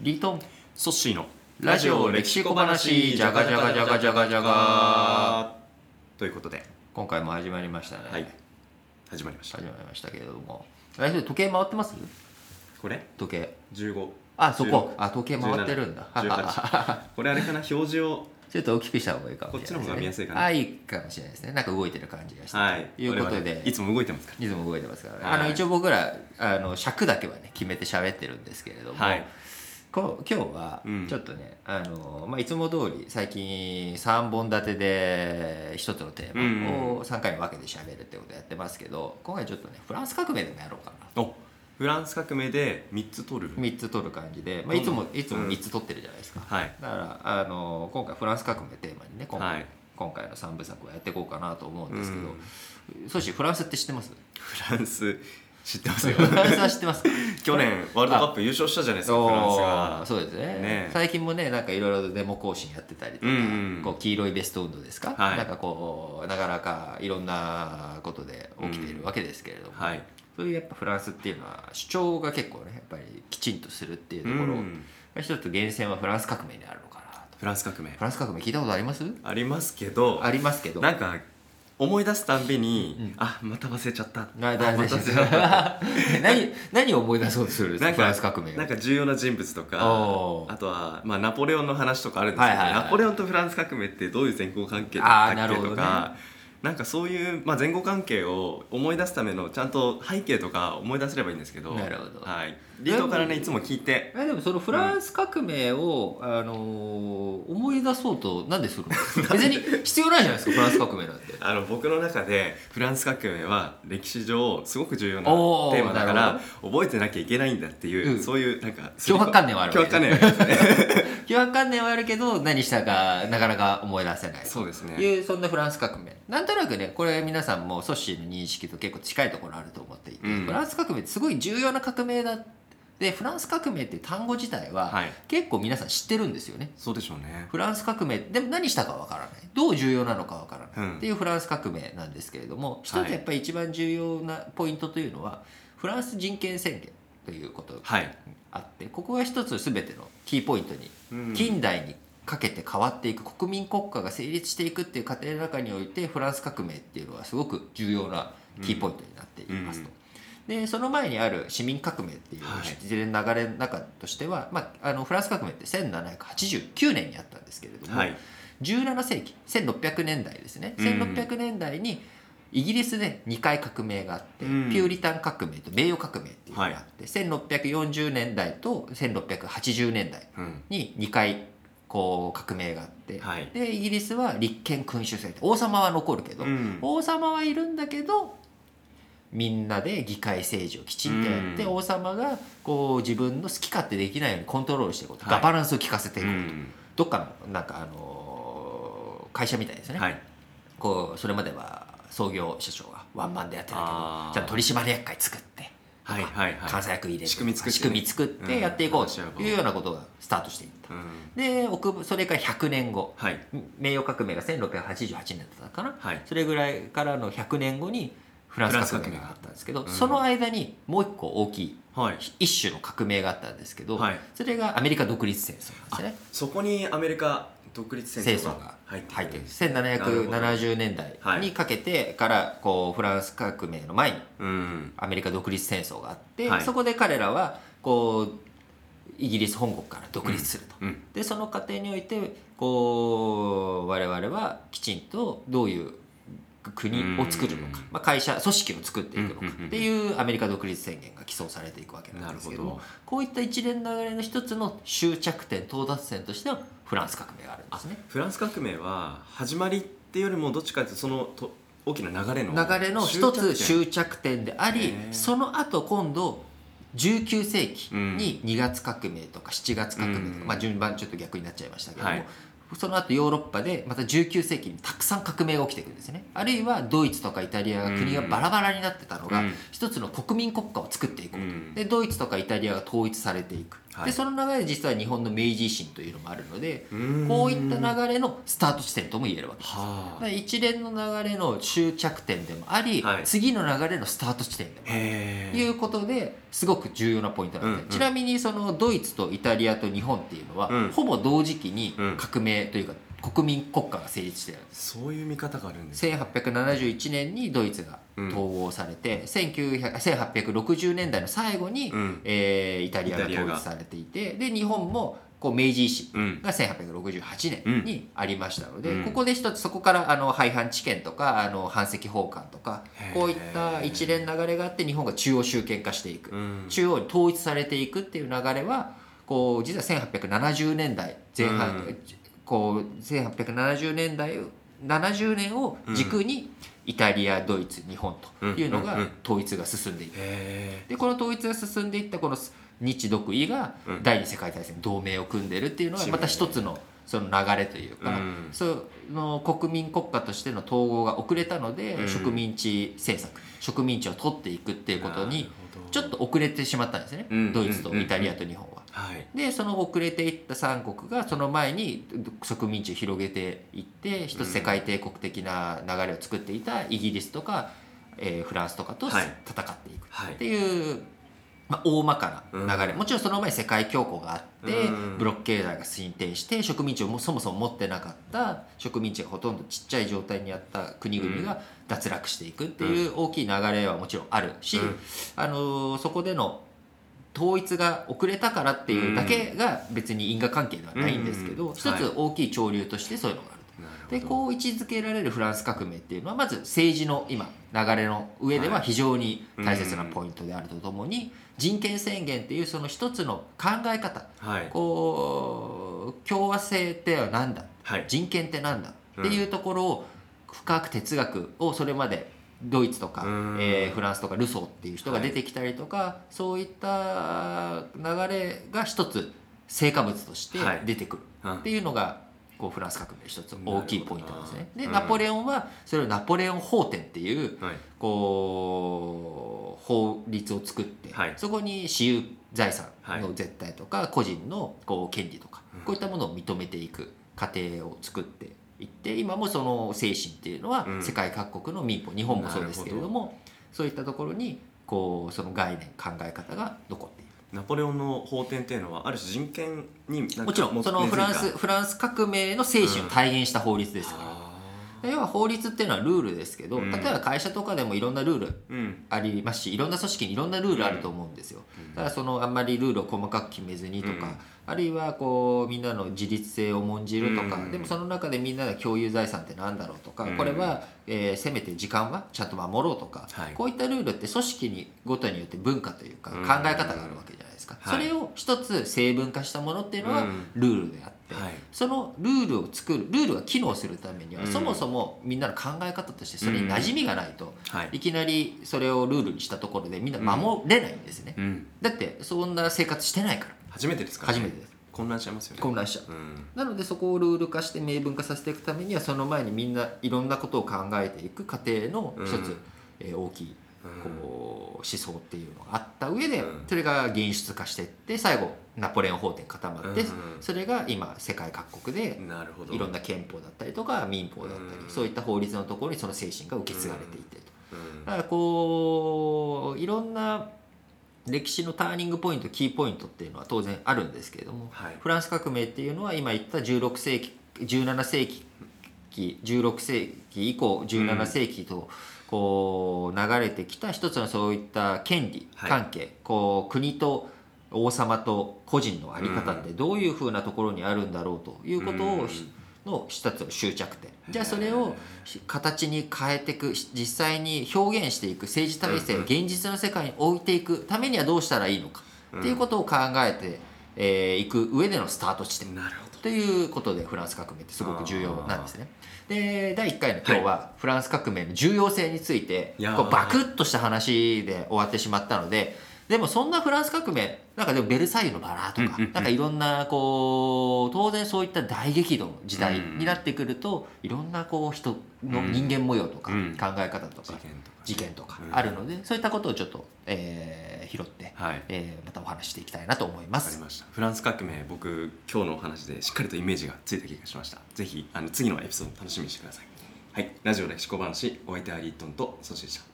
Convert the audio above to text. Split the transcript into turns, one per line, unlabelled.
リートン
ソッシーの
ラジオ歴史小話じゃがじゃがじゃがじゃがじゃが
ということで、
今回も始まりましたね、
はい、始まりました
始まりましたけれども来週時計回ってます
これ
時計
15
あそこ
16
あ時計回ってるんだ
18これあれかな表示を
ちょっと大きくした方がいいかもしれないですね
こっちの方が見やすいかな
あいいかもしれないですねなんか動いてる感じがして、
はい
ということ
我
で
々いつも動いてますか
いつも動いてますからね、
はい
あの一応僕らあの尺だけはね決めて喋ってるんですけれども、
らはい
こう今日は
うん
ちょっとね、あのまあ、いつも通り最近3本立てで1つのテーマを3回に分けて喋るってことやってますけど今回ちょっとねフランス革命でもやろうかな
おフランス革命で3つ取る
3つ取る感じで、まあ、いつもいつも3つ取ってるじゃないですか、
はい
だからあの今回フランス革命テーマにね今回,、
はい
今回の3部作はやっていこうかなと思うんですけど、
うん
そしてフランスって知って ます
フランス知ってますよ
フランスは知ってますか
去年ワールドカップ優勝したじゃないですかフランス
おー
が
そうですね
ね
最近もねなんかいろいろデモ行進やってたりとか、
うんうん
こう黄色いベスト運動ですか、
はい
なんかこうなかなかいろんなことで起きているわけですけれども、
はい
そういうやっぱフランスっていうのは主張が結構ねやっぱりきちんとするっていうところ
うん
が一つ源泉はフランス革命にあるのかなと
フランス革命
フランス革命聞いたことあります
ありますけど
ありますけど
なんか思い出すたんびに、
うん
あまた忘れちゃった
な
あ
大
ま
丈夫
た
です
忘れちゃった
何何を思い出そうとするんですかフランス革命を
なんか重要な人物と
お
か
ー
あとは、まあ、ナポレオンの話とかあるんですけ
は
ど、
いはいはい
ナポレオンとフランス革命ってどういう前後関係だった
あーな
っ
る
け
ほどね
とか、なんかそういう、まあ、前後関係を思い出すためのちゃんと背景とか思い出せればいいんですけど
なるほど
はい、リートからねいつも聞いて
えでもそのフランス革命を、あのー思い出そうと なんでするの別に必要ないじゃないですかフランス革命なん て
あの僕の中でフランス革命は歴史上すごく重要なテ
おー
ーマだか
な
ら覚えてなきゃいけないんだっていう、
うん
そういうなんか
脅迫観念はある
脅
わ
迫
けね
観念ありますね
違和感念はあるけど何したかなかなか思い出せない
そうですね
いうそんなフランス革命なんとなくねこれ皆さんもソッシーの認識と結構近いところあると思っていて、
うん
フランス革命ってすごい重要な革命だでフランス革命っていう単語自体は
はい
結構皆さん知ってるんですよね、
そうでしょうね
フランス革命でも何したかわからないどう重要なのかわからない、
うん
っていうフランス革命なんですけれども一
はい
つやっぱり一番重要なポイントというのは、フランス人権宣言ということが
はい、
あってここが一つ全てのキーポイントに、
うん
近代にかけて変わっていく国民国家が成立していくっていう過程の中においてフランス革命っていうのはすごく重要なキーポイントになっていますと。でその前にある市民革命っていう
はい
一連の流れの中としては、まあ、あのフランス革命って1789年にあったんですけれども、
はい
17世紀1600年代ですね
うん
1600年代にイギリスで2回革命があって、
うん
ピューリタン革命と名誉革命っていうのがあって、1640年代と1680年代
うん
に2回こう革命があって、
はい
でイギリスは立憲君主制って王様は残るけど、
うん
王様はいるんだけどみんなで議会政治をきちんとやって、
うん
王様がこう自分の好き勝手できないようにコントロールしていこうと、
はい
ガバナンスを効かせていこうと、
うん
どっかのなんかあのー会社みたいですね、
はい、
こうそれまでは創業社長がワンマンでやってたけど
あー
じゃあ取締役会作って
はいはいはい
監査役入れて
仕組み作って
仕
ね
組み作ってやっていこうというようなことがスタートしていった。
うん
で奥それから100年後
はい
名誉革命が1688年だったかな、
はい
それぐらいからの100年後にフランス革命があったんですけど、
フランス
そ
革命
の間にもう一個大きい
はい
一種の革命があったんですけど、
はい
それがアメリカ独立戦争なんですね
そこにアメリカ独立戦
戦
争
争
が
が
入
入っ
っ
て
てる
る1770年代にかけてからこうフランス革命の前に
うん
アメリカ独立戦争があって、
はい
そこで彼らはこうイギリス本国から独立すると。
うん
でその過程においてこう我々はきちんとどういう国を作るのか
うん、
まあ、会社組織を作っていくのか
うんうんうんうん
っていうアメリカ独立宣言が起草されていくわけなんですけど
なる
も
ほど
こういった一連の流れの一つの終着点到達点としてはフランス革命があるんですね。
フランス革命は始まりっていうよりもどっちかというとそのと大きな流れの
流れの一つ
終着
終着点であり
へー
その後今度19世紀に2月革命とか7月革命とか、
うん
まあ、順番ちょっと逆になっちゃいましたけども、
はい
その後ヨーロッパでまた19世紀にたくさん革命が起きていくんですねあるいはドイツとかイタリアが国がバラバラになってたのが
うん
一つの国民国家を作っていこう
うん
とでドイツとかイタリアが統一されていく
はい
でその流れで実は日本の明治維新というのもあるので
うーん
こういった流れのスタート地点とも言えるわけです。
はあ
で一連の流れの終着点でもあり、
はい
次の流れのスタート地点でもある
へ
と
え
いうことですごく重要なポイントなんです、
うんうん
ちなみにそのドイツとイタリアと日本っていうのは、
うん
ほぼ同時期に
うん
革命というか国民国家が成立してるんです。
そういう見方があるんですね
1871年にドイツが統合されて、1900 1860年代の最後に、
うん
えーイタリアが
イタリア
統
が
一されていてで日本もこう明治維新
うん
が1868年にありましたので、
うん
ここで一つそこからあの廃藩置県とかあの反石奉還とか
へー
こういった一連流れがあって日本が中央集権化していく、
うん
中央に統一されていくっていう流れはこう実は1870年代前半、
うん
こう1870年代70年を軸にイタリアドイツ日本というのが
うんうんうん
統一が進んでいく。
へ
でこの統一が進んでいったこの日独伊が
うん
第二次世界大戦同盟を組んでるっていうのはまた一つのその流れという
えう
か、
ん
その国民国家としての統合が遅れたので、
うん
植民地政策植民地を取っていくっていうこと
な
に
るほど
ちょっと遅れてしまったんですね、
うん
ドイツとイタリアと日本は。
はい
でその遅れていった三国がその前に植民地を広げていって一つ世界帝国的な流れを作っていたイギリスとか、えーフランスとかと戦
はい
っていく
はい
っていう、まあ、大まかな流れ、
うん
もちろんその前に世界恐慌があって、
うん
ブロック経済が進展して植民地をもそもそも持ってなかった植民地がほとんどちっちゃい状態にあった国々が脱落していくっていう大きい流れはもちろんあるし、
うん
あのーそこでの統一が遅れたからっていうだけが別に因果関係ではないんですけ
うん
ど、
うん
一つ大きい潮流としてそういうのがあると。
なるほど
でこう位置づけられるフランス革命っていうのはまず政治の今流れの上では非常に大切なポイントであるとともに人権宣言っていうその一つの考え方
はい
こう共和制っては何だ
はい
人権ってなんだっていうところを深く哲学をそれまでドイツとか、
うん
えーフランスとかルソーっていう人が出てきたりとか、そういった流れが一つ成果物として
はい
出てくる
うん
っていうのがこうフランス革命の一つ大きいポイントなんですね。
な
で
るほどな
ナポレオンはそれをナポレオン法典っていう
はい
こう法律を作って、
はい
そこに私有財産の絶対とか、個人のこう権利とか
うん
こういったものを認めていく過程を作っていって今もその精神っていうのは
うん
世界各国の民法、日本もそうですけれどもそういったところにこうその概念考え方が残っている
ナポレオンの法典っていうのはある種人権になんか
もちろんそのフランスフランス革命の精神を体現した法律
で
ですから、
ら
要は法律っていうのはルールですけど、
うん
例えば会社とかでもいろんなルール
うん
ありますしいろんな組織にいろんなルールあると思うんですよ、ただそのあんまりルールを細かく決めずにとか、
うん
あるいはこうみんなの自立性を重んじるとか、
うん
でもその中でみんなが共有財産ってなんだろうとか、
うん
これは、えーせめて時間はちゃんと守ろうとか、
はい
こういったルールって組織にごとによって文化というか
うん
考え方があるわけじゃないですか、
はい
それを一つ成文化したものっていうのは
うん
ルールであって、
はい
そのルールを作るルールが機能するためには、
うん
そもそもみんなの考え方としてそれに馴染みがないと、
はい
いきなりそれをルールにしたところでみんな守れないんですね、
うん
だってそんな生活してないから
初めてですから
初
ね
めてです
混乱しちゃいますよね
混乱しちゃう
うん
なのでそこをルール化して明文化させていくためにはその前にみんないろんなことを考えていく過程の一つ、
うん
えー大きい
うん
こう思想っていうのがあった上で、
うん
それが現出化していって最後ナポレオン法典固まって、
うん
それが今世界各国で
なるほど
いろんな憲法だったりとか民法だったり、
うん
そういった法律のところにその精神が受け継がれていてと。
うん
だからこういろんな歴史のターニングポイントキーポイントっていうのは当然あるんですけれども、
はい
フランス革命っていうのは今言った16世紀17世紀16世紀以降17世紀とこう流れてきた一つのそういった権利
はい
関係、こう国と王様と個人の在り方ってどういうふうなところにあるんだろうということ
う
を
ん
ひの一つの終着点じゃあそれを形に変えていくし実際に表現していく政治体制
うんうん
現実の世界に置いていくためにはどうしたらいいのか
うん
っていうことを考えてえーいく上でのスタート地点
なるほど
ということでフランス革命ってすごく重要なんですね。で第1回の今日はフランス革命の重要性について
いやー
こうバクッとした話で終わってしまったのででもそんなフランス革命なんかでもベルサイユのバラとか
うんうんうん
なんかいろんなこう当然そういった大激動の時代になってくるといろんなこう人の人間模様とか
うん
考え方と
事
か
件とか
事件とか
うん
あるのでそういったことをちょっとえー拾って
はい
えーまたお話ししていきたいなと思いま
わかり
す。
ましたフランス革命僕今日のお話でしっかりとイメージがついた気がしましたぜひあの次のエピソード楽しみにしてくださいはいラジオ歴史小話お相手はリートンとソシでした